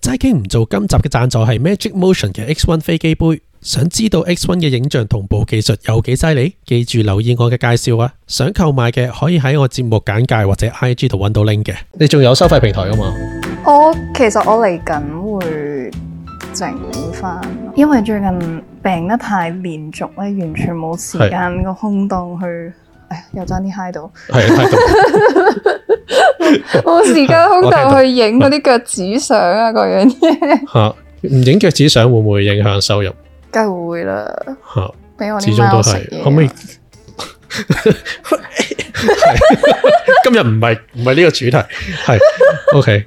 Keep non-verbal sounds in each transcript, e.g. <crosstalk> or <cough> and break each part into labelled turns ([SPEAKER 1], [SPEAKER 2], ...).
[SPEAKER 1] 齋傾唔做今集嘅贊助係 Magic Motion 嘅 X1 飛機杯。想知道 X1 嘅影像同步技術有幾犀利？記住留意我嘅介紹啊！想購買嘅可以喺我節目簡介或者 IG 度揾到 link 嘅。你仲有收費平台噶嘛？
[SPEAKER 2] 我其實我嚟緊會整翻，因為最近病得太連續咧，完全冇時間個空檔去，唉，又爭啲嗨到，
[SPEAKER 1] 係係
[SPEAKER 2] 冇時間
[SPEAKER 1] <laughs>
[SPEAKER 2] 空
[SPEAKER 1] 我聽
[SPEAKER 2] 檔
[SPEAKER 1] 到
[SPEAKER 2] 去影嗰啲腳趾相啊，嗰樣嘢，
[SPEAKER 1] 嚇，唔影腳趾相會唔會影響收入？
[SPEAKER 2] 梗係會啦，
[SPEAKER 1] 嚇，
[SPEAKER 2] 俾我
[SPEAKER 1] 始
[SPEAKER 2] 啲
[SPEAKER 1] 終都
[SPEAKER 2] 貓食嘢
[SPEAKER 1] 係
[SPEAKER 2] 啊。 <laughs>
[SPEAKER 1] 可唔可以？ <laughs> 今日唔係唔係呢個主題，係 OK。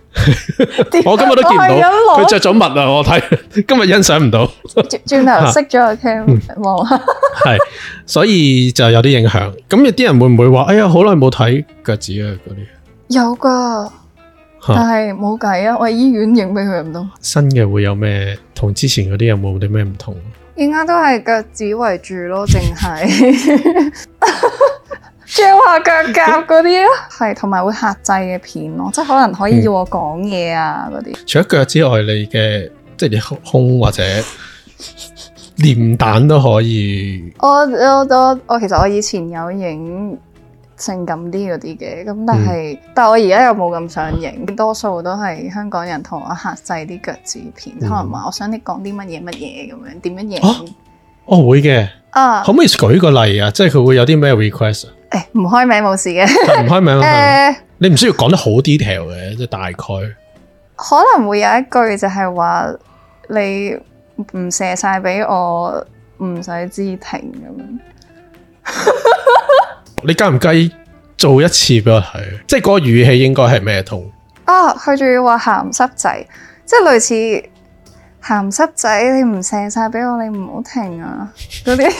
[SPEAKER 1] 我今日都見唔
[SPEAKER 2] 我係
[SPEAKER 1] 到
[SPEAKER 2] 咁
[SPEAKER 1] 佢
[SPEAKER 2] 攞
[SPEAKER 1] 着咗襪啊！我睇今日欣賞唔到。
[SPEAKER 2] 轉轉頭熄咗個 cam 望下，
[SPEAKER 1] 系，所以就有啲影響。咁有啲人會唔會話：哎呀，好耐冇睇腳趾啊嗰啲
[SPEAKER 2] 有噶，但
[SPEAKER 1] 嚇
[SPEAKER 2] 係冇計啊！我喺醫院影俾佢唔到，
[SPEAKER 1] 新嘅會有咩同之前嗰啲有冇啲咩唔同？
[SPEAKER 2] 而家都係腳趾為主咯，淨係 <laughs> gel 下腳甲嗰啲咯，係同埋會客製嘅片咯，即係可能可以要我講嘢啊嗰啲，
[SPEAKER 1] 除咗腳之外，你嘅即係你胸或者臉蛋都可以。
[SPEAKER 2] 我我我我其實我以前有影。性感啲嗰啲嘅，咁但係、但係我而家又冇咁想影，多數都係香港人同我客製啲腳趾片，可能話我想你講啲乜嘢乜嘢咁樣，點樣
[SPEAKER 1] 啊
[SPEAKER 2] 影
[SPEAKER 1] 我、會嘅，
[SPEAKER 2] 啊
[SPEAKER 1] 可？唔可以舉個例啊？即係佢會有啲咩 request 啊？
[SPEAKER 2] 誒唔開名冇事嘅，
[SPEAKER 1] 唔開名啊，
[SPEAKER 2] <laughs> 誒
[SPEAKER 1] 你唔需要講得好 detail 嘅，即係大概。
[SPEAKER 2] 可能會有一句就係話你唔射晒俾我，唔使知停咁樣。
[SPEAKER 1] 你介唔介意做一次俾我睇？即係嗰個語氣應該係咩同？
[SPEAKER 2] 啊，佢仲要話鹹濕仔，即係類似鹹濕仔，你唔射晒俾我，你唔好停啊！嗰啲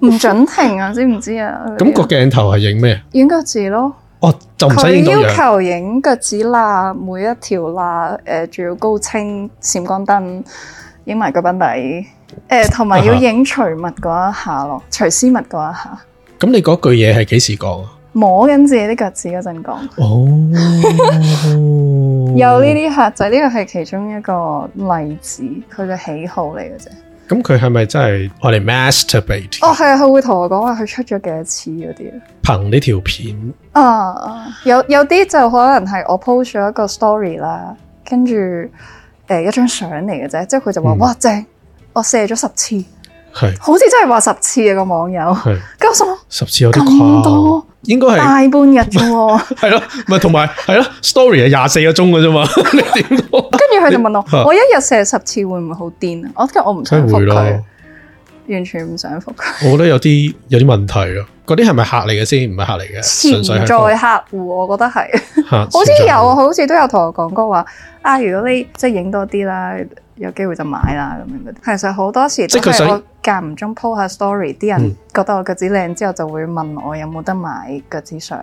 [SPEAKER 2] 唔準停啊，知唔知啊？
[SPEAKER 1] 咁、個鏡頭係影咩？
[SPEAKER 2] 影腳趾咯，
[SPEAKER 1] 哦，就唔使
[SPEAKER 2] 佢
[SPEAKER 1] 影到
[SPEAKER 2] 要
[SPEAKER 1] 樣。
[SPEAKER 2] 求影腳趾罅，每一條罅，誒、仲要高清閃光燈，影埋腳板底，誒、同埋要影除物嗰一下
[SPEAKER 1] 啊
[SPEAKER 2] 咯，除絲襪嗰一下，
[SPEAKER 1] 咁你嗰句嘢係幾時講啊？
[SPEAKER 2] 摸緊自己啲腳趾嗰陣講，
[SPEAKER 1] 哦，
[SPEAKER 2] <laughs>
[SPEAKER 1] 嗯
[SPEAKER 2] 有呢啲客仔，呢個係其中一個例子，佢嘅喜好嚟嘅啫。
[SPEAKER 1] 啲。咁佢係咪真係我哋 masturbate？
[SPEAKER 2] 哦，係啊，佢會同我講話佢出咗幾多次嗰啲啊。
[SPEAKER 1] 憑呢條片，
[SPEAKER 2] 啊，有有啲就可能係我 post 咗一個 story 啦，跟住誒一張相嚟嘅啫，即係佢就話、
[SPEAKER 1] 嗯
[SPEAKER 2] 哇正，我射咗十次，
[SPEAKER 1] 係
[SPEAKER 2] 好似真係話十次啊個網友，
[SPEAKER 1] 係
[SPEAKER 2] 咁我心諗
[SPEAKER 1] 十次有啲
[SPEAKER 2] 咁
[SPEAKER 1] 誇
[SPEAKER 2] 多，
[SPEAKER 1] 應該
[SPEAKER 2] 大
[SPEAKER 1] 係
[SPEAKER 2] 半日
[SPEAKER 1] <laughs>
[SPEAKER 2] 啫喎，
[SPEAKER 1] 係咯，咪同埋係咯，story 係廿四個鐘嘅啫嘛， <laughs> 你點都
[SPEAKER 2] 跟住佢就問
[SPEAKER 1] 啊
[SPEAKER 2] 我，我一日射十次會唔會好癲啊？我跟住我唔想
[SPEAKER 1] 梗係
[SPEAKER 2] 覆
[SPEAKER 1] 會
[SPEAKER 2] 佢
[SPEAKER 1] 咯。，
[SPEAKER 2] 完全唔想覆佢，
[SPEAKER 1] 我覺得有啲有啲問題咯。嗰啲係咪客嚟嘅先？唔係客嚟嘅，純
[SPEAKER 2] 潛
[SPEAKER 1] 粹係
[SPEAKER 2] 在客戶我覺得係。
[SPEAKER 1] 嚇
[SPEAKER 2] 好似
[SPEAKER 1] 潛在
[SPEAKER 2] 有啊，好似都有同我講過話啊，如果你即係影多啲啦，有機會就買啦咁樣嗰啲。其實好多時
[SPEAKER 1] 即
[SPEAKER 2] 都
[SPEAKER 1] 係佢想
[SPEAKER 2] 係我間唔中 po 下 story，啲人
[SPEAKER 1] 嗯
[SPEAKER 2] 覺得我腳趾靚之後就會問我有冇得買腳趾相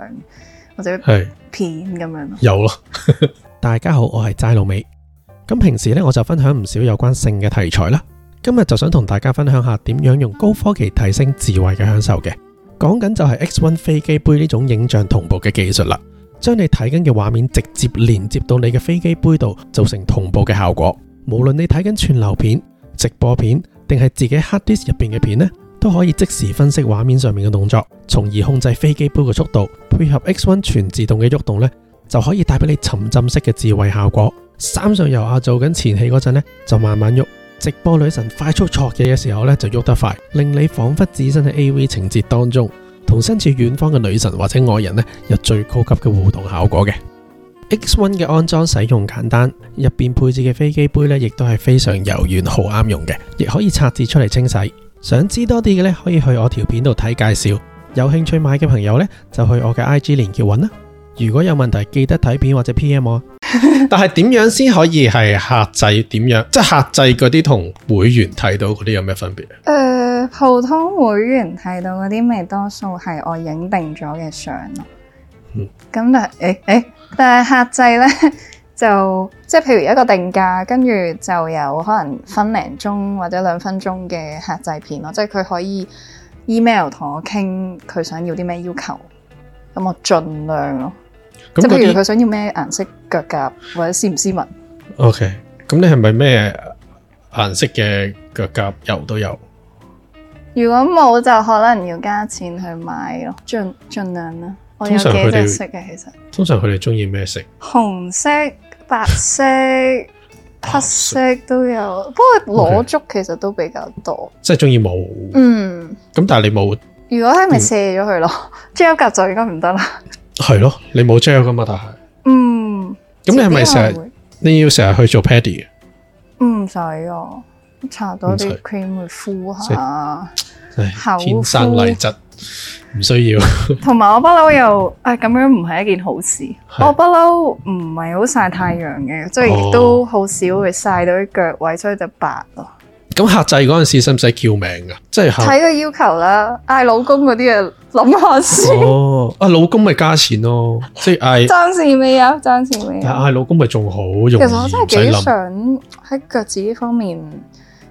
[SPEAKER 2] 或者
[SPEAKER 1] 係。
[SPEAKER 2] 片咁樣咯。
[SPEAKER 1] 有咯。 <laughs> 大家好，我係齋老尾。咁平時呢，我就分享唔少有關性嘅題材啦。今日就想同大家分享下點樣用高科技提升智慧嘅享受嘅。講緊就係 X1 飛機杯呢種影像同步嘅技術啦，將你睇緊嘅畫面直接連接到你嘅飛機杯度，造成同步嘅效果。無論你睇緊串流片、直播片，定係自己 hard disk 入邊嘅片呢，都可以即時分析畫面上面嘅動作，從而控制飛機杯嘅速度，配合 X1 全自動嘅喐動呢。就可以帶俾你沉浸式嘅智慧效果。三上悠亞做緊前戲嗰陣呢，就慢慢喐；直播女神快速戳嘢嘅時候呢，就喐得快，令你彷彿置身喺 AV 情節當中，同身處遠方嘅女神或者愛人呢，有最高級嘅互動效果嘅。X1 嘅安裝使用簡單，入邊配置嘅飛機杯呢，亦都係非常柔軟，好啱用嘅，亦可以拆字出嚟清洗。想知多啲嘅呢，可以去我條片度睇介紹。有興趣買嘅朋友呢，就去我嘅 IG 連結揾啦。如果有問題，記得睇片或者 PM 我。啊 <laughs> 但係點樣先可以係客製？點樣即係客製嗰啲同會員睇到嗰啲有咩分別？啊
[SPEAKER 2] 誒、呃普通會員睇到嗰啲咪多數係我影定咗嘅相咯。
[SPEAKER 1] 嗯
[SPEAKER 2] 咁、但係誒誒，但係客製咧 <laughs> 就即係譬如一個定價，跟住就有可能分零鐘或者兩分鐘嘅客製片咯，即係佢可以 email 同我傾佢想要啲咩要求，咁我盡量咯。
[SPEAKER 1] 咁
[SPEAKER 2] 即係譬如
[SPEAKER 1] 嗰
[SPEAKER 2] 佢想要咩顏色腳甲或者絲唔絲襪，
[SPEAKER 1] OK，咁你係咪咩顏色嘅腳甲油都有？
[SPEAKER 2] 如果冇就可能要加錢去買咯，盡盡量啦。我有
[SPEAKER 1] 通常
[SPEAKER 2] 幾
[SPEAKER 1] 佢哋
[SPEAKER 2] 隻色嘅其實，
[SPEAKER 1] 通常佢哋中意咩色？
[SPEAKER 2] 紅色、白色、黑色都有，不過裸足其實都比較多。
[SPEAKER 1] 即係中意冇。
[SPEAKER 2] 嗯，
[SPEAKER 1] 咁但係你冇
[SPEAKER 2] 如果係咪卸咗佢咯？ <laughs> 膠甲就應該唔得啦。
[SPEAKER 1] 係咯，你冇 gel 噶嘛？但係
[SPEAKER 2] 嗯，
[SPEAKER 1] 咁你係咪成
[SPEAKER 2] 遲啲可能
[SPEAKER 1] 日
[SPEAKER 2] 會
[SPEAKER 1] 你要成日去做 pedi 嘅？
[SPEAKER 2] 唔使啊？搽多
[SPEAKER 1] 唔
[SPEAKER 2] 啲
[SPEAKER 1] 使
[SPEAKER 2] cream 會敷
[SPEAKER 1] 即
[SPEAKER 2] 下，
[SPEAKER 1] 唉
[SPEAKER 2] 口
[SPEAKER 1] 天生麗質，唔需要。
[SPEAKER 2] 同埋我不嬲又啊咁樣唔係一件好事。
[SPEAKER 1] 係
[SPEAKER 2] 我不嬲唔係好曬太陽嘅，即係亦都好少會曬到啲腳位，所以就白咯。
[SPEAKER 1] 咁客制嗰陣時使唔使叫名噶？即係客
[SPEAKER 2] 睇個要求啦，嗌老公嗰啲啊，諗
[SPEAKER 1] <laughs>
[SPEAKER 2] 下先。
[SPEAKER 1] 哦，啊老公咪加錢
[SPEAKER 2] <laughs>
[SPEAKER 1] 咯，即係嗌
[SPEAKER 2] 爭事未有，爭事未有。啊
[SPEAKER 1] 嗌老公咪仲好容易，
[SPEAKER 2] 其
[SPEAKER 1] 啊哎唔使
[SPEAKER 2] 實我真係幾
[SPEAKER 1] 諗。
[SPEAKER 2] 想喺腳趾呢方面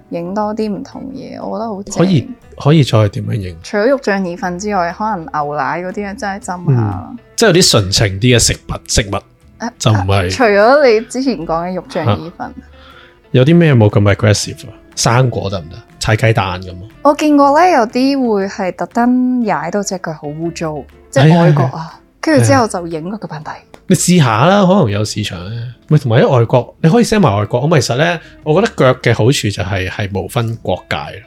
[SPEAKER 2] 影多啲唔同嘢，我覺得好正。
[SPEAKER 1] 可以可以再點樣認？
[SPEAKER 2] 除咗肉醬意粉之外，可能牛奶嗰啲啊，真係浸下啦。
[SPEAKER 1] 即係有啲純情啲嘅食物食物
[SPEAKER 2] 啊，
[SPEAKER 1] 就唔係
[SPEAKER 2] 除咗你之前講嘅肉
[SPEAKER 1] 啊
[SPEAKER 2] 醬意粉，
[SPEAKER 1] 有啲咩冇咁 aggressive 啊？生果得唔得？踩雞蛋咁啊？
[SPEAKER 2] 我見過咧有啲會係特登踩到只腳好污糟，即
[SPEAKER 1] 係
[SPEAKER 2] 係
[SPEAKER 1] 啊
[SPEAKER 2] 外國啊，跟住之後就影個腳板底。
[SPEAKER 1] 你試下啦，可能有市場咧。咪同埋喺外國，你可以 send 埋外國。咁其實咧，我覺得腳嘅好處就係係無分國界啦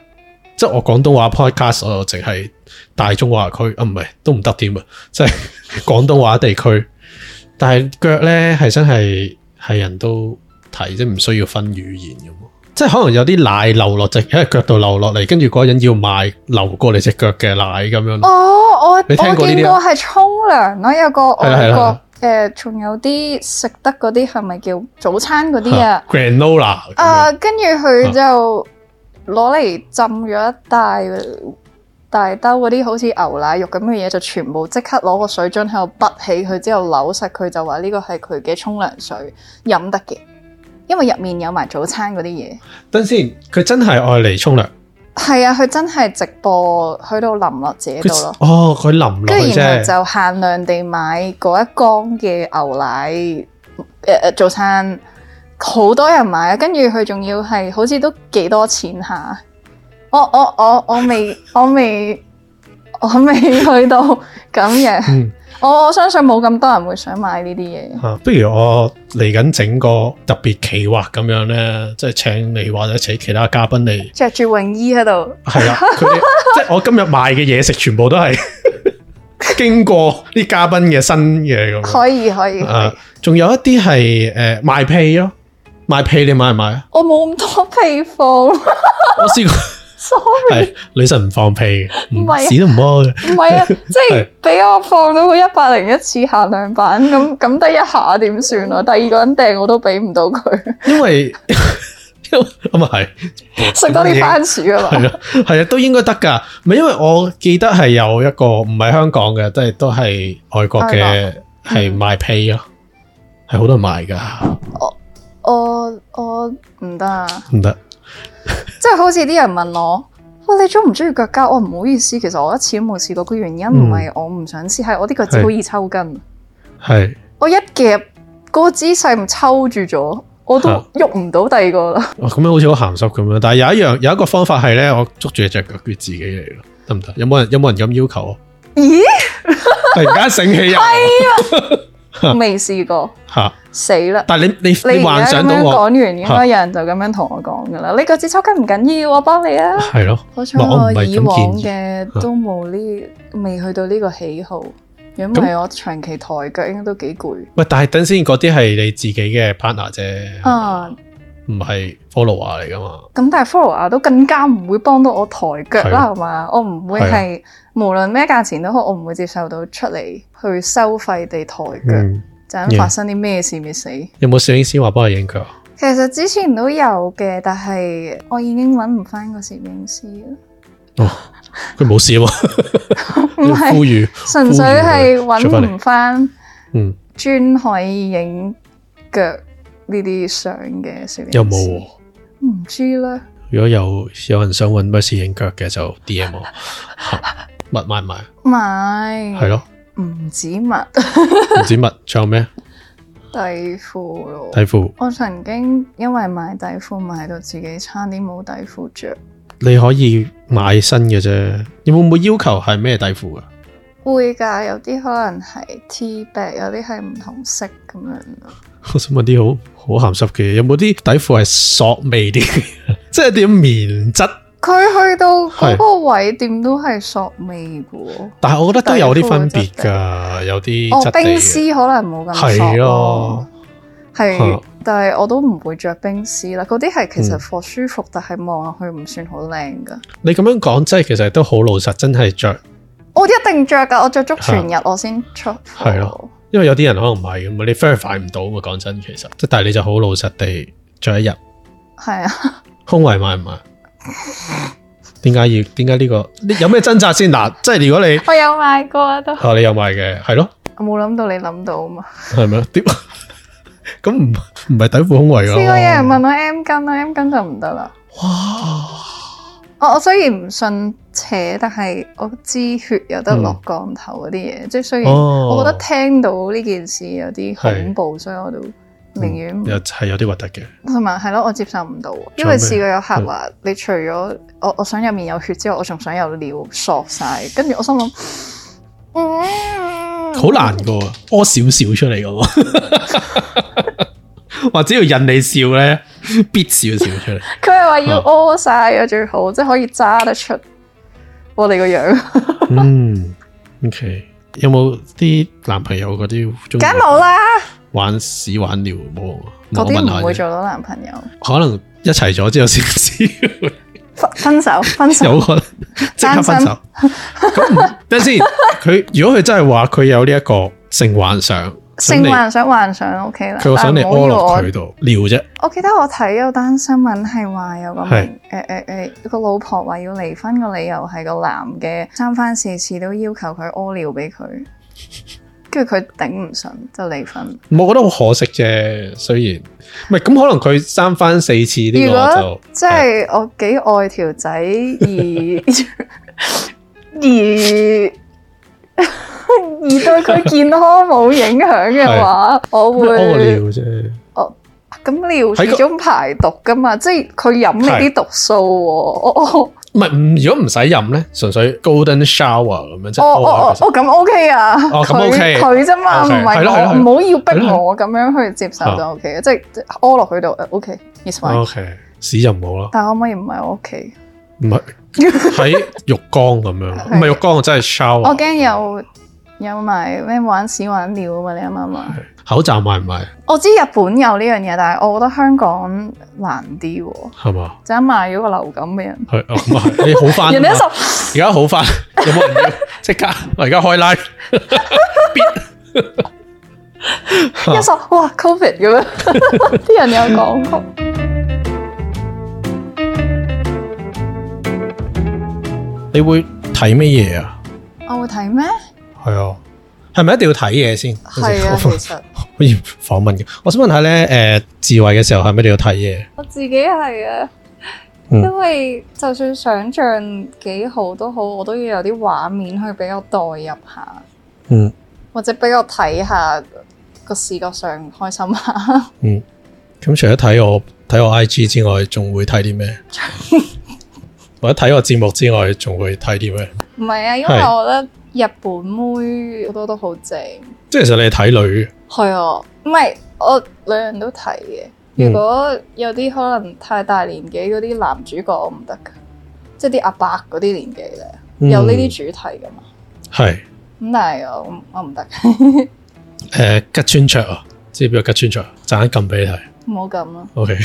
[SPEAKER 1] 即係我廣東話 podcast，我淨係大中華區啊，唔係都唔得添啊！即係 <laughs> 廣東話地區，但係腳咧係真係係人都睇，即係唔需要分語言咁。即係可能有啲奶流落隻喺腳度流落嚟，跟住嗰個人要賣流過你隻腳嘅奶咁樣。
[SPEAKER 2] 哦，我我
[SPEAKER 1] 你聽過呢
[SPEAKER 2] 見
[SPEAKER 1] 啲啊
[SPEAKER 2] 過係沖涼咯，有個
[SPEAKER 1] 係啦啊係
[SPEAKER 2] 外
[SPEAKER 1] 啦係
[SPEAKER 2] 國
[SPEAKER 1] 啦
[SPEAKER 2] 誒，仲有啲食得嗰啲係咪叫早餐嗰啲啊？
[SPEAKER 1] granola 咁樣
[SPEAKER 2] 啊，跟住佢就攞嚟浸咗一大大兜嗰啲好似牛奶肉咁嘅嘢，就全部即刻攞個水樽喺度潷起佢，之後扭實佢，就話呢個係佢嘅沖涼水，飲得嘅，因為入面有埋早餐嗰啲嘢。
[SPEAKER 1] 等先，佢真係愛嚟沖涼。
[SPEAKER 2] 係啊，佢真係直播去到淋落自己度
[SPEAKER 1] 佢
[SPEAKER 2] 咯。
[SPEAKER 1] 哦，佢淋落
[SPEAKER 2] 跟
[SPEAKER 1] 去
[SPEAKER 2] 住然後
[SPEAKER 1] 啫。
[SPEAKER 2] 就限量地買嗰一缸嘅牛奶誒、呃、早餐，好多人買啊！跟住佢仲要係好似都幾多錢下，我我我
[SPEAKER 1] <laughs>
[SPEAKER 2] 我未我未我未去到咁樣，
[SPEAKER 1] 嗯
[SPEAKER 2] 我我相信冇咁多人會想買呢啲嘢。
[SPEAKER 1] 啊，不如我嚟緊整個特別企劃咁樣咧，即係請你或者請其他嘉賓
[SPEAKER 2] <laughs>
[SPEAKER 1] 嚟，
[SPEAKER 2] 着住泳衣喺度，
[SPEAKER 1] 係啦，佢哋即係我今日賣嘅嘢食全部都係 <laughs> 經過啲嘉賓嘅新嘢咁樣。
[SPEAKER 2] 可以可以，可以
[SPEAKER 1] 啊，仲有一啲係誒賣屁咯，賣屁你買唔買
[SPEAKER 2] <laughs>
[SPEAKER 1] 啊？
[SPEAKER 2] 我冇咁多屁放
[SPEAKER 1] 我試過
[SPEAKER 2] <laughs> ，sorry，
[SPEAKER 1] 係女神唔放屁嘅，唔
[SPEAKER 2] 唔係啊
[SPEAKER 1] 屎都唔屙嘅。
[SPEAKER 2] 唔 <laughs> 係啊，即係
[SPEAKER 1] 係
[SPEAKER 2] 俾我放到佢一百零一次限量版， <laughs> 咁咁得一下點算啊？第二個人訂我都俾唔到佢， <laughs>
[SPEAKER 1] 因為 <laughs> 因為咁啊係，
[SPEAKER 2] 食多啲番薯啊嘛
[SPEAKER 1] <laughs> 係。啊，係啊，都應該得㗎。唔係因為我記得係有一個唔係香港嘅，都係都係外國嗯嘅，係賣屁咯，係好多人賣㗎，
[SPEAKER 2] <laughs> 我我唔得啊，
[SPEAKER 1] 唔得。
[SPEAKER 2] 即係好似啲人問我。喂，你中唔中意腳膠？我唔好意思，其實我一次都冇試過。個原因唔係我唔想試，嗯係我啲腳趾好易抽筋。
[SPEAKER 1] 係
[SPEAKER 2] 我一夾嗰個姿勢唔抽住咗，我都
[SPEAKER 1] 啊
[SPEAKER 2] 喐唔到第二個啦。 <laughs>
[SPEAKER 1] 哦咁樣好似好鹹濕咁樣。但係有一樣有一個方法係咧，我捉住隻腳叫自己嚟咯，得唔得？有冇人有冇人咁要求啊？
[SPEAKER 2] 咦？
[SPEAKER 1] <laughs> 突然間醒起 <laughs> 有
[SPEAKER 2] 未試過，
[SPEAKER 1] 嚇，
[SPEAKER 2] 死啦！
[SPEAKER 1] 但係你你
[SPEAKER 2] 你
[SPEAKER 1] 你
[SPEAKER 2] 而
[SPEAKER 1] 幻
[SPEAKER 2] 家
[SPEAKER 1] 想
[SPEAKER 2] 咁
[SPEAKER 1] 到
[SPEAKER 2] 樣講
[SPEAKER 1] 我
[SPEAKER 2] 完，應該有人就咁樣同我講噶啦。你個節抽筋唔緊要，我幫你啊。
[SPEAKER 1] 係咯，
[SPEAKER 2] 好彩我以往
[SPEAKER 1] 唔係咁
[SPEAKER 2] 嘅
[SPEAKER 1] 議
[SPEAKER 2] 都冇呢，未去到呢個喜好。如果唔係我長期抬腳，應該都幾攰。
[SPEAKER 1] 喂，但係等先，嗰啲係你自己嘅 partner 啫，
[SPEAKER 2] 啊，
[SPEAKER 1] 唔係 follower 嚟㗎嘛。
[SPEAKER 2] 咁但係 follower 都更加唔會幫到我抬腳啦，
[SPEAKER 1] 係啊
[SPEAKER 2] 係嘛？我唔會係無論咩價錢都好，我唔會接受到出嚟去收費地抬腳，
[SPEAKER 1] 嗯。
[SPEAKER 2] 就咁發生啲咩事咪死。
[SPEAKER 1] 有冇攝影師話幫你影腳啊？
[SPEAKER 2] 其實之前都有嘅，但係我已經揾唔翻個攝影師啦。
[SPEAKER 1] 佢冇事啊喎，
[SPEAKER 2] 唔
[SPEAKER 1] 要
[SPEAKER 2] 係
[SPEAKER 1] 呼，籲，
[SPEAKER 2] 純粹係揾唔翻
[SPEAKER 1] 嗯，
[SPEAKER 2] 專可以影腳呢啲相嘅攝影師
[SPEAKER 1] 有冇喎？
[SPEAKER 2] 唔知咧，
[SPEAKER 1] 如果有有人想揾 Mercy 影腳嘅，就 D M 我，
[SPEAKER 2] <laughs>
[SPEAKER 1] 嚇密埋埋，
[SPEAKER 2] 買
[SPEAKER 1] 係咯，
[SPEAKER 2] 唔止物，
[SPEAKER 1] 唔知密，仲有咩？
[SPEAKER 2] 底褲咯。
[SPEAKER 1] 底褲，
[SPEAKER 2] 我曾經因為買底褲買到自己差啲冇底褲着，
[SPEAKER 1] 你可以買新嘅啫。你會唔會要求係咩底褲噶？
[SPEAKER 2] 會㗎，有啲可能係 T back，有啲係唔同色咁樣咯。
[SPEAKER 1] 我 <laughs> 想問啲好好鹹濕嘅，有冇啲底褲係索味啲 <laughs> 嘅？即係啲棉質，
[SPEAKER 2] 佢去到嗰個位點都係索味嘅喎。
[SPEAKER 1] 但係我覺得都有啲分別㗎，有啲
[SPEAKER 2] 哦
[SPEAKER 1] 質，地
[SPEAKER 2] 冰
[SPEAKER 1] 嘅。
[SPEAKER 2] 絲可能冇咁索
[SPEAKER 1] 係
[SPEAKER 2] 咯
[SPEAKER 1] 咯。
[SPEAKER 2] 係
[SPEAKER 1] 嚇，
[SPEAKER 2] 但係我都唔會着冰絲啦。嗰啲係其實
[SPEAKER 1] 嗯
[SPEAKER 2] 貨舒服，但係望落去唔算好靚㗎。
[SPEAKER 1] 你咁樣講，真係其實都好老實，真係着。
[SPEAKER 2] 我一定着㗎，我着足全日我先出貨。
[SPEAKER 1] 係咯因為有啲人可能唔係咁嘛，你 verify 唔到嘛。講真，其實即係但係你就好老實地着一日，
[SPEAKER 2] 係啊。
[SPEAKER 1] 胸圍買唔買？點解要？點解呢個？你有咩掙扎先？嗱，即係如果你
[SPEAKER 2] <laughs> 我有買過啊，都
[SPEAKER 1] 啊，你有買嘅，係咯，
[SPEAKER 2] 我冇諗到你諗到啊嘛。
[SPEAKER 1] 係咪啊？點 <laughs> 咁唔唔係底褲胸圍㗎咯？
[SPEAKER 2] 試過有人問我 M 巾啦，M 巾就唔得啦。
[SPEAKER 1] 哇！
[SPEAKER 2] 我我雖然唔信邪，但係我知血有得落降頭嗰啲嘢，即係雖然
[SPEAKER 1] 哦
[SPEAKER 2] 我覺得聽到呢件事有啲恐怖，所以我都寧願唔
[SPEAKER 1] 又係有啲核突嘅，
[SPEAKER 2] 同埋係咯，我接受唔到，因為試過有客話，你除咗我我想入面有血之外，我仲想有尿索晒，跟住我心諗，嗯，
[SPEAKER 1] 好難噶，屙少少出嚟噶喎， <laughs> 或者要引你笑咧， <laughs> 必少少出嚟。
[SPEAKER 2] 佢係話
[SPEAKER 1] 啊
[SPEAKER 2] 要屙晒嘅最好，即係可以揸得出我哋個樣。
[SPEAKER 1] 嗯，OK，有冇啲男朋友嗰啲中
[SPEAKER 2] 梗冇啦，
[SPEAKER 1] 玩屎玩尿冇啊？
[SPEAKER 2] 嗰
[SPEAKER 1] 我問下
[SPEAKER 2] 啲
[SPEAKER 1] 啫
[SPEAKER 2] 唔會做到男朋友。
[SPEAKER 1] 可能一齊咗之後先
[SPEAKER 2] <laughs>
[SPEAKER 1] 知，
[SPEAKER 2] 分分手，分手。
[SPEAKER 1] 有可能即刻分手。咁
[SPEAKER 2] <laughs>
[SPEAKER 1] 唔等陣先，佢如果佢真係話佢有呢一個性幻想，
[SPEAKER 2] 性
[SPEAKER 1] 咁
[SPEAKER 2] 幻啊想幻想 O K 啦，
[SPEAKER 1] 你佢話想你
[SPEAKER 2] 但係唔好
[SPEAKER 1] 屙
[SPEAKER 2] 要
[SPEAKER 1] 落
[SPEAKER 2] 我
[SPEAKER 1] 佢度尿啫。
[SPEAKER 2] 我記得我睇有單新聞係話有個名
[SPEAKER 1] 係
[SPEAKER 2] 誒誒誒個老婆話要離婚個理由係個男嘅三番四次都要求佢屙尿俾佢，跟住佢頂唔順就離婚。
[SPEAKER 1] 我覺得好可惜啫，雖然唔係咁，可能佢三番四次呢
[SPEAKER 2] 如
[SPEAKER 1] 個
[SPEAKER 2] 果
[SPEAKER 1] 就
[SPEAKER 2] 即係我幾愛條仔而 <laughs> 而。 <laughs> 而對佢健康冇影響嘅話，我
[SPEAKER 1] 屙個
[SPEAKER 2] 會
[SPEAKER 1] 尿啫，
[SPEAKER 2] 咁尿
[SPEAKER 1] 喺個
[SPEAKER 2] 始終排毒噶嘛，即係佢飲你啲毒素喎。我我 <laughs>
[SPEAKER 1] 唔係唔如果唔使飲咧，純粹 golden shower 咁樣即
[SPEAKER 2] 我
[SPEAKER 1] 係
[SPEAKER 2] 我
[SPEAKER 1] 屙
[SPEAKER 2] 我
[SPEAKER 1] 下佢
[SPEAKER 2] 我哦咁 OK 啊，
[SPEAKER 1] 哦咁
[SPEAKER 2] 佢
[SPEAKER 1] OK
[SPEAKER 2] 佢啫嘛，唔
[SPEAKER 1] OK，係咯係咯
[SPEAKER 2] 係我，唔好要逼
[SPEAKER 1] 係咯
[SPEAKER 2] 我咁樣去接受就 OK 啊嘅，即係即係屙落去度呃 OK，is
[SPEAKER 1] 先
[SPEAKER 2] fine。
[SPEAKER 1] OK，屎就唔好啦，
[SPEAKER 2] 但可唔可以唔係我屋企？
[SPEAKER 1] 唔係喺浴缸咁樣，
[SPEAKER 2] 係
[SPEAKER 1] 唔係浴缸真係 shower。
[SPEAKER 2] 我驚有有埋咩玩屎玩尿啊嘛，你啱唔啱啊？
[SPEAKER 1] 口罩買唔買
[SPEAKER 2] 我知日本有呢樣嘢，但係我覺得香港難啲喎，
[SPEAKER 1] 係嘛？
[SPEAKER 2] 就一賣咗個流感俾人，
[SPEAKER 1] 係哦唔
[SPEAKER 2] <laughs>
[SPEAKER 1] 係你好翻，
[SPEAKER 2] 人哋一
[SPEAKER 1] 而 <laughs>
[SPEAKER 2] 十
[SPEAKER 1] 家好翻，有冇人要 <laughs> 即刻？我而家開 live，
[SPEAKER 2] 一索哇 Covid 咁樣， <laughs> 啲人有講過。
[SPEAKER 1] 你會睇咩嘢啊？
[SPEAKER 2] 我會睇咩？
[SPEAKER 1] 係啊，係咪一定要睇嘢先？
[SPEAKER 2] 係啊，其實
[SPEAKER 1] 可以訪問嘅。我想問下咧，誒、自慰嘅時候係咪你要睇嘢？
[SPEAKER 2] 我自己係啊，
[SPEAKER 1] 嗯
[SPEAKER 2] 因為就算想像幾好都好，我都要有啲畫面去俾我代入下，
[SPEAKER 1] 嗯
[SPEAKER 2] 或者俾我睇下個視覺上開心下。 <laughs>
[SPEAKER 1] 嗯。咁除咗睇我睇我 IG 之外，仲會睇啲
[SPEAKER 2] <laughs>
[SPEAKER 1] 咩？或者睇我節目之外，仲會睇啲咩？
[SPEAKER 2] 唔係啊，因為
[SPEAKER 1] 係
[SPEAKER 2] 我覺得日本妹好多都好正。
[SPEAKER 1] 即係其實你係睇女，
[SPEAKER 2] 係啊，唔係我兩樣都睇嘅。
[SPEAKER 1] 嗯
[SPEAKER 2] 如果有啲可能太大年紀嗰啲男主角我唔得㗎，即係啲阿伯嗰啲年紀咧，
[SPEAKER 1] 嗯
[SPEAKER 2] 有呢啲主題㗎嘛。
[SPEAKER 1] 係
[SPEAKER 2] 咁但係我唔我唔得，
[SPEAKER 1] 誒吉川卓啊，知唔知邊個吉川卓？陣間撳俾你睇。
[SPEAKER 2] 唔好咁咯。 <laughs>
[SPEAKER 1] OK。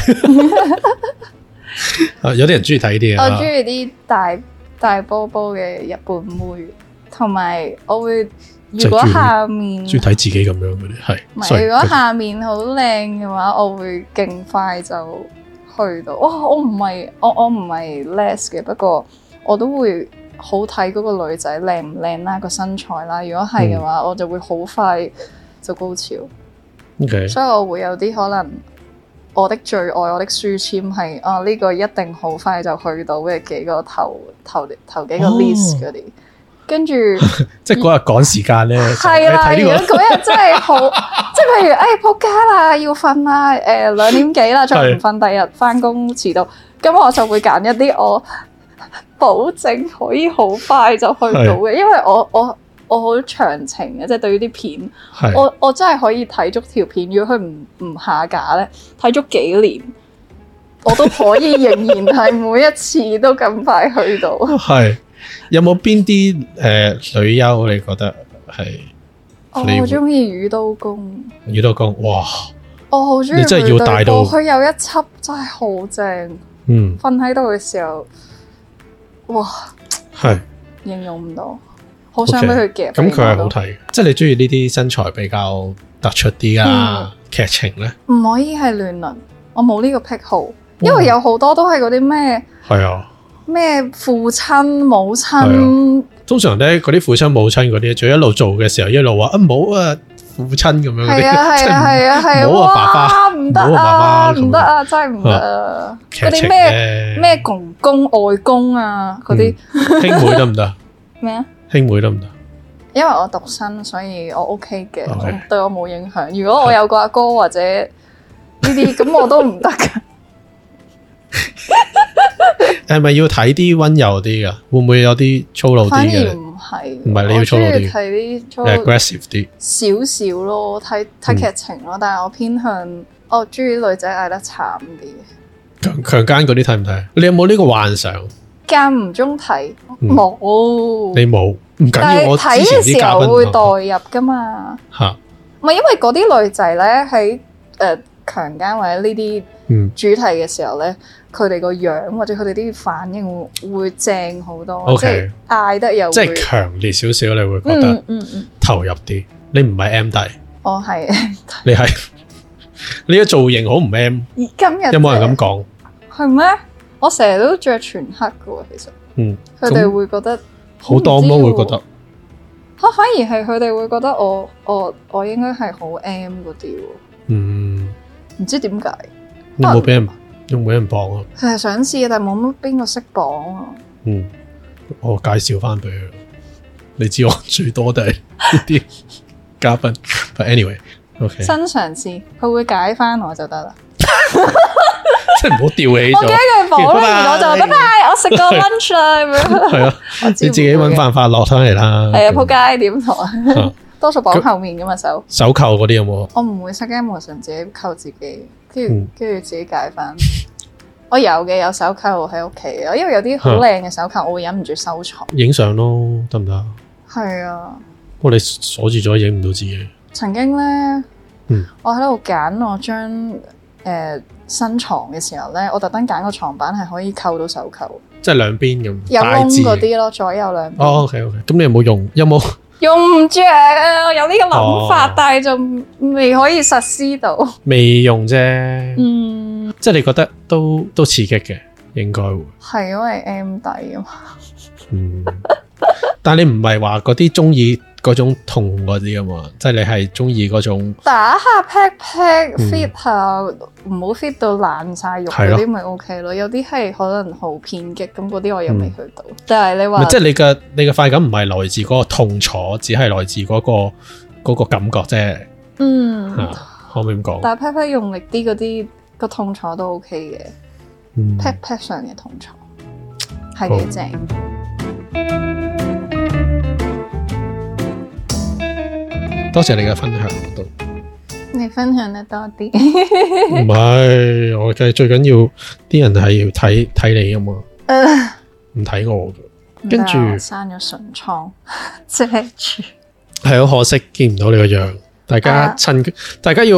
[SPEAKER 1] 啊有啲人中意睇呢啲
[SPEAKER 2] 我中
[SPEAKER 1] 啊，
[SPEAKER 2] 意啲大大波波嘅日本妹，同埋我會如果下面
[SPEAKER 1] 中意睇自己咁樣嗰啲係。
[SPEAKER 2] 唔
[SPEAKER 1] sorry，
[SPEAKER 2] 係，如果下面好靚嘅話，我會勁快就去到。哇！哦我唔係我我唔係 less 嘅，不過我都會好睇嗰個女仔靚唔靚啦，個身材啦。如果
[SPEAKER 1] 嗯
[SPEAKER 2] 係嘅話，我就會好快就高潮。
[SPEAKER 1] OK
[SPEAKER 2] 所以我會有啲可能我的最愛、我的書籤係啊呢、個一定好快就去到嘅幾個頭頭頭幾個
[SPEAKER 1] 哦
[SPEAKER 2] list 嗰啲，跟住
[SPEAKER 1] <laughs> 即係嗰日趕時間咧，
[SPEAKER 2] 係啦。啊
[SPEAKER 1] 你
[SPEAKER 2] 如
[SPEAKER 1] 睇
[SPEAKER 2] 果
[SPEAKER 1] 呢個 <laughs>
[SPEAKER 2] 嗰日真係好，即係譬如誒仆街啦，要瞓啦，誒兩點幾啦，再唔瞓，第日翻工遲到，咁我就會揀一啲我保證可以好快就去到嘅，因為我我我好長情嘅，即係對於啲片，
[SPEAKER 1] 係
[SPEAKER 2] 我我真係可以睇足條片，如果佢唔唔下架咧，睇足幾年，我都可以仍然係每一次都咁快去到。
[SPEAKER 1] 係有冇邊啲誒女優你覺得係 <laughs> 你
[SPEAKER 2] 哦我中意魚刀公。
[SPEAKER 1] 遇到講哇，
[SPEAKER 2] 我好中意
[SPEAKER 1] 你真係要大到
[SPEAKER 2] 佢有一輯真係好正，
[SPEAKER 1] 嗯
[SPEAKER 2] 瞓喺度嘅時候，哇，
[SPEAKER 1] 係
[SPEAKER 2] 形容唔到，好想俾佢夾。
[SPEAKER 1] 咁佢係好，睇嘅，即係你中意呢啲身材比較突出啲
[SPEAKER 2] 嗯
[SPEAKER 1] 啊劇情咧，
[SPEAKER 2] 唔可以係亂倫，我冇呢個癖好，因
[SPEAKER 1] 哦
[SPEAKER 2] 為有好多都係嗰啲咩
[SPEAKER 1] 係啊。
[SPEAKER 2] 咩父親母
[SPEAKER 1] 係啊
[SPEAKER 2] 親，
[SPEAKER 1] 通常咧，嗰啲父親母親嗰啲，仲一路做嘅時候，一路話啊唔好啊父親咁 <laughs> 樣嗰
[SPEAKER 2] 係
[SPEAKER 1] 啲，
[SPEAKER 2] 啊係啊係啊係啊，
[SPEAKER 1] 唔好啊爸
[SPEAKER 2] 哇唔得
[SPEAKER 1] 唔好
[SPEAKER 2] 啊
[SPEAKER 1] 啊媽媽咁樣
[SPEAKER 2] 唔得啊真係唔得啊，
[SPEAKER 1] 劇
[SPEAKER 2] 嗰
[SPEAKER 1] 情
[SPEAKER 2] 啲咩
[SPEAKER 1] 咧
[SPEAKER 2] 咩公公外公啊嗰啲
[SPEAKER 1] 嗯兄妹得唔
[SPEAKER 2] <laughs>
[SPEAKER 1] 得？
[SPEAKER 2] 咩啊？
[SPEAKER 1] 兄妹得唔得？
[SPEAKER 2] 因為我獨身，所以我 OK 嘅
[SPEAKER 1] 哦 OK
[SPEAKER 2] 我對我冇影響。如果我有個阿哥或者呢啲，咁我都唔得㗎。
[SPEAKER 1] 係咪要睇啲温柔啲噶？會唔會有啲粗魯
[SPEAKER 2] 反
[SPEAKER 1] 啲
[SPEAKER 2] 而
[SPEAKER 1] 嘅
[SPEAKER 2] 唔係，
[SPEAKER 1] 唔係你要
[SPEAKER 2] 我
[SPEAKER 1] 粗
[SPEAKER 2] 中
[SPEAKER 1] 魯啲
[SPEAKER 2] 意睇啲粗
[SPEAKER 1] ？aggressive 啲，
[SPEAKER 2] 少少咯，睇
[SPEAKER 1] 嗯
[SPEAKER 2] 睇劇情咯。但係我偏向我中意女仔嗌得慘啲，
[SPEAKER 1] 強強姦嗰啲睇唔睇？你有冇呢個幻想？
[SPEAKER 2] 嗯間唔中睇
[SPEAKER 1] 嗯
[SPEAKER 2] 冇。
[SPEAKER 1] 你冇，唔緊
[SPEAKER 2] 但
[SPEAKER 1] 要。
[SPEAKER 2] 係
[SPEAKER 1] 我之
[SPEAKER 2] 睇
[SPEAKER 1] 前
[SPEAKER 2] 嘅
[SPEAKER 1] 啲
[SPEAKER 2] 時
[SPEAKER 1] 嘉
[SPEAKER 2] 候會代
[SPEAKER 1] 賓
[SPEAKER 2] 入㗎嘛，
[SPEAKER 1] 嚇，
[SPEAKER 2] 唔係因為嗰啲女仔咧喺誒強姦或者呢啲。
[SPEAKER 1] 嗯
[SPEAKER 2] 主題嘅時候咧，佢哋個樣或者佢哋啲反應會會正好多
[SPEAKER 1] OK
[SPEAKER 2] 即係嗌得又
[SPEAKER 1] 即
[SPEAKER 2] 會
[SPEAKER 1] 係強烈少少，你會覺得
[SPEAKER 2] 嗯嗯嗯，
[SPEAKER 1] 投入啲。你唔係 M 底，
[SPEAKER 2] 我係 <laughs>
[SPEAKER 1] 你係你嘅造型好唔 M，
[SPEAKER 2] 今日
[SPEAKER 1] 有冇人咁講？
[SPEAKER 2] 講？係咩？我成日都着全黑嘅喎，其實
[SPEAKER 1] 嗯，
[SPEAKER 2] 佢哋會覺得
[SPEAKER 1] 好多咯，
[SPEAKER 2] 我唔知
[SPEAKER 1] 會
[SPEAKER 2] 喎
[SPEAKER 1] 覺得。
[SPEAKER 2] 嚇，反而係佢哋會覺得我我我應該係好 M 嗰啲喎，
[SPEAKER 1] 嗯，
[SPEAKER 2] 唔知點解
[SPEAKER 1] 有冇俾人
[SPEAKER 2] 啊
[SPEAKER 1] 有冇俾人幫啊？
[SPEAKER 2] 佢係想試，但係冇乜邊個識綁啊。
[SPEAKER 1] 嗯，我介紹翻俾佢。你知我最多都係呢啲嘉賓。But anyway，OK，、
[SPEAKER 2] 新嘗試，佢會解翻我就得啦。
[SPEAKER 1] 即係唔好吊起
[SPEAKER 2] 我
[SPEAKER 1] 咗。
[SPEAKER 2] 驚佢綁
[SPEAKER 1] 拜拜
[SPEAKER 2] 完我就話拜拜，我食
[SPEAKER 1] <laughs>
[SPEAKER 2] 個 lunch 啦咁樣。
[SPEAKER 1] 係啊，
[SPEAKER 2] 我
[SPEAKER 1] 你自己揾辦法落翻嚟啦。
[SPEAKER 2] 係
[SPEAKER 1] 咁
[SPEAKER 2] 啊，仆街點同啊
[SPEAKER 1] 啊？
[SPEAKER 2] <laughs> 多數綁後面噶嘛手，
[SPEAKER 1] 手扣嗰啲有冇？
[SPEAKER 2] 我唔會失驚無神自己扣自己，跟
[SPEAKER 1] 嗯
[SPEAKER 2] 住跟住自己解翻。我有嘅有手扣喺屋企，我因為有啲好
[SPEAKER 1] 啊
[SPEAKER 2] 靚嘅手扣，我會忍唔住收藏。
[SPEAKER 1] 影相咯，得唔得？
[SPEAKER 2] 係啊，
[SPEAKER 1] 我哋鎖住咗，影唔到自己。
[SPEAKER 2] 曾經咧
[SPEAKER 1] 嗯，
[SPEAKER 2] 我喺度揀我張誒新床嘅時候咧，我特登揀個床板係可以扣到手扣，
[SPEAKER 1] 即係兩邊咁
[SPEAKER 2] 有
[SPEAKER 1] 大
[SPEAKER 2] 窿
[SPEAKER 1] 字
[SPEAKER 2] 嗰啲咯，左右兩邊。
[SPEAKER 1] 哦，OK OK，咁你有冇用？有冇？ <laughs>
[SPEAKER 2] 用唔着啊！我有呢個諗法，
[SPEAKER 1] 哦
[SPEAKER 2] 但係就未可以實施到。
[SPEAKER 1] 未用啫，
[SPEAKER 2] 嗯。
[SPEAKER 1] 即係你覺得都都刺激嘅，應該會。
[SPEAKER 2] 係因為 M 底啊嘛， <laughs>
[SPEAKER 1] 嗯，但你唔係話嗰啲中意嗰種痛嗰啲啊嘛，即係你係中意嗰種
[SPEAKER 2] 打下 pat pat
[SPEAKER 1] 嗯
[SPEAKER 2] fit 下，唔好 fit 到爛晒肉
[SPEAKER 1] 係
[SPEAKER 2] 嗰
[SPEAKER 1] 咯
[SPEAKER 2] 啲咪 OK 咯。有啲係可能好偏激，咁嗰啲我又未去到。但係你話
[SPEAKER 1] 嗯咪即係你嘅你嘅快感唔係來自嗰個痛楚，只係來自嗰、個嗰、個感覺啫。
[SPEAKER 2] 嗯，
[SPEAKER 1] 嚇可唔可以咁講？
[SPEAKER 2] 但係 pat pat 用力啲嗰啲個痛楚都 OK 嘅
[SPEAKER 1] 嗯
[SPEAKER 2] ，pat pat 上嘅痛楚係幾正。
[SPEAKER 1] 多謝你嘅分享
[SPEAKER 2] <laughs>
[SPEAKER 1] 都唔
[SPEAKER 2] 你分享得多啲，
[SPEAKER 1] 係我嘅最緊要啲人係要睇睇你啊嘛，
[SPEAKER 2] 呃
[SPEAKER 1] 唔睇我嘅。 <laughs> 跟住
[SPEAKER 2] 唔得啊生咗唇瘡 <laughs> 遮住。
[SPEAKER 1] 係好可惜見唔到你個樣，大家
[SPEAKER 2] 啊
[SPEAKER 1] 趁大家要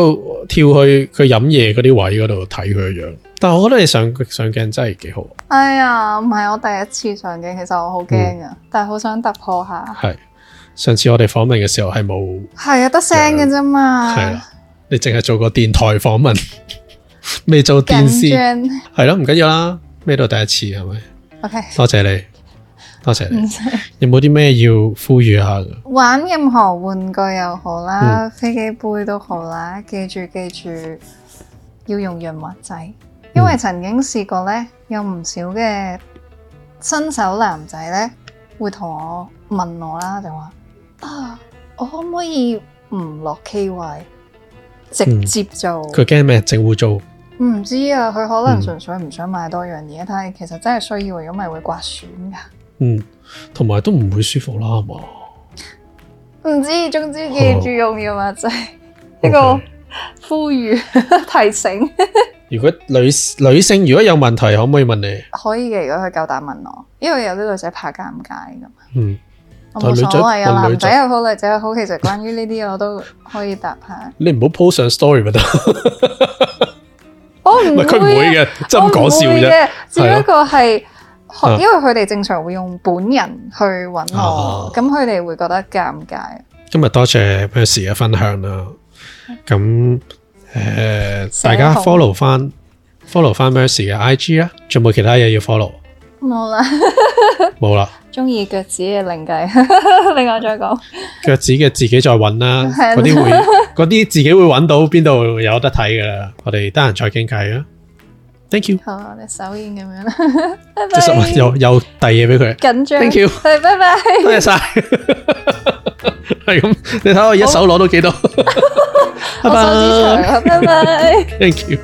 [SPEAKER 1] 跳去佢飲嘢嗰啲位嗰度睇佢個樣。但係我覺得你上上鏡真係幾好，
[SPEAKER 2] 哎呀，唔係我第一次上鏡，其實我好驚
[SPEAKER 1] 嗯
[SPEAKER 2] 啊，但係好想突破下。
[SPEAKER 1] 係上次我哋訪問嘅時候係冇，
[SPEAKER 2] 係啊，得聲嘅啫嘛。
[SPEAKER 1] 係啊啦，你淨係做過電台訪問， <laughs> 未做電視
[SPEAKER 2] 緊，張。
[SPEAKER 1] 係咯，唔緊要啦，咩都第一次係咪？
[SPEAKER 2] OK，
[SPEAKER 1] 多謝你，多謝你
[SPEAKER 2] 唔。使
[SPEAKER 1] 有冇啲咩要呼籲下㗎？
[SPEAKER 2] 玩任何玩具又好
[SPEAKER 1] 嗯
[SPEAKER 2] 啦，飛機杯都好啦，記住記住要用潤滑劑，因為曾經試過呢，有唔少嘅新手男仔呢，會同我問我啦，就話啊，我可唔可以唔落 K Y？直接就
[SPEAKER 1] 嗯佢驚咩？整污糟，
[SPEAKER 2] 唔知啊，佢可能
[SPEAKER 1] 嗯
[SPEAKER 2] 純粹唔想買多樣嘢，但係其實真係需要，如果咪會刮損㗎。
[SPEAKER 1] 嗯，同埋都唔會舒服啦，係嘛？
[SPEAKER 2] 唔知，總之記住用嘅嘛，就係呢個
[SPEAKER 1] OK
[SPEAKER 2] 呼籲 <laughs> 提醒，
[SPEAKER 1] 如果女女性如果有問題，可唔可以問你？
[SPEAKER 2] 可以嘅。如果佢夠膽問我，因為有啲女仔怕尷尬㗎嘛，
[SPEAKER 1] 嗯，
[SPEAKER 2] 我
[SPEAKER 1] 但係
[SPEAKER 2] 冇
[SPEAKER 1] 女
[SPEAKER 2] 所
[SPEAKER 1] 仔
[SPEAKER 2] 謂
[SPEAKER 1] 問女
[SPEAKER 2] 啊。男
[SPEAKER 1] 仔
[SPEAKER 2] 仔又好，女仔又好，其實關於呢啲我都可以答下。
[SPEAKER 1] 你唔好 post 上 story 咪得，
[SPEAKER 2] 我唔
[SPEAKER 1] 唔係佢唔會
[SPEAKER 2] 會啊，
[SPEAKER 1] 嘅，真係咁講笑
[SPEAKER 2] 我唔會
[SPEAKER 1] 啫。
[SPEAKER 2] 嘅，只不過係。學
[SPEAKER 1] 啊
[SPEAKER 2] 因為佢哋正常會用本人去揾我
[SPEAKER 1] 啊，
[SPEAKER 2] 咁佢哋會覺得尷尬。
[SPEAKER 1] 今日多謝 Percy 嘅分享啦。咁诶，
[SPEAKER 2] 社
[SPEAKER 1] 大家
[SPEAKER 2] 恐
[SPEAKER 1] follow 翻 follow 翻 Percy 嘅 IG 啦。仲有冇其他嘢要 follow？
[SPEAKER 2] 冇啦， <laughs>
[SPEAKER 1] 冇啦，
[SPEAKER 2] 中意腳趾嘅另計， <laughs> 另外再講。
[SPEAKER 1] 腳趾嘅自己再揾啦。
[SPEAKER 2] 係啦
[SPEAKER 1] 嗰啲會嗰啲自己會揾到邊度有得睇噶啦。我哋得閒再傾偈啊。Thank you，
[SPEAKER 2] 好，我哋手影咁樣啦， <laughs>
[SPEAKER 1] 即
[SPEAKER 2] 拜
[SPEAKER 1] 係
[SPEAKER 2] 拜。
[SPEAKER 1] 實又又遞嘢俾佢。
[SPEAKER 2] 緊張
[SPEAKER 1] Thank you
[SPEAKER 2] 係拜拜。
[SPEAKER 1] 多謝晒， <laughs> 係咁。你睇我一手攞到幾多？ <laughs> 拜
[SPEAKER 2] <laughs> 我手指長
[SPEAKER 1] 拜
[SPEAKER 2] 啊，拜拜。
[SPEAKER 1] ，Thank you。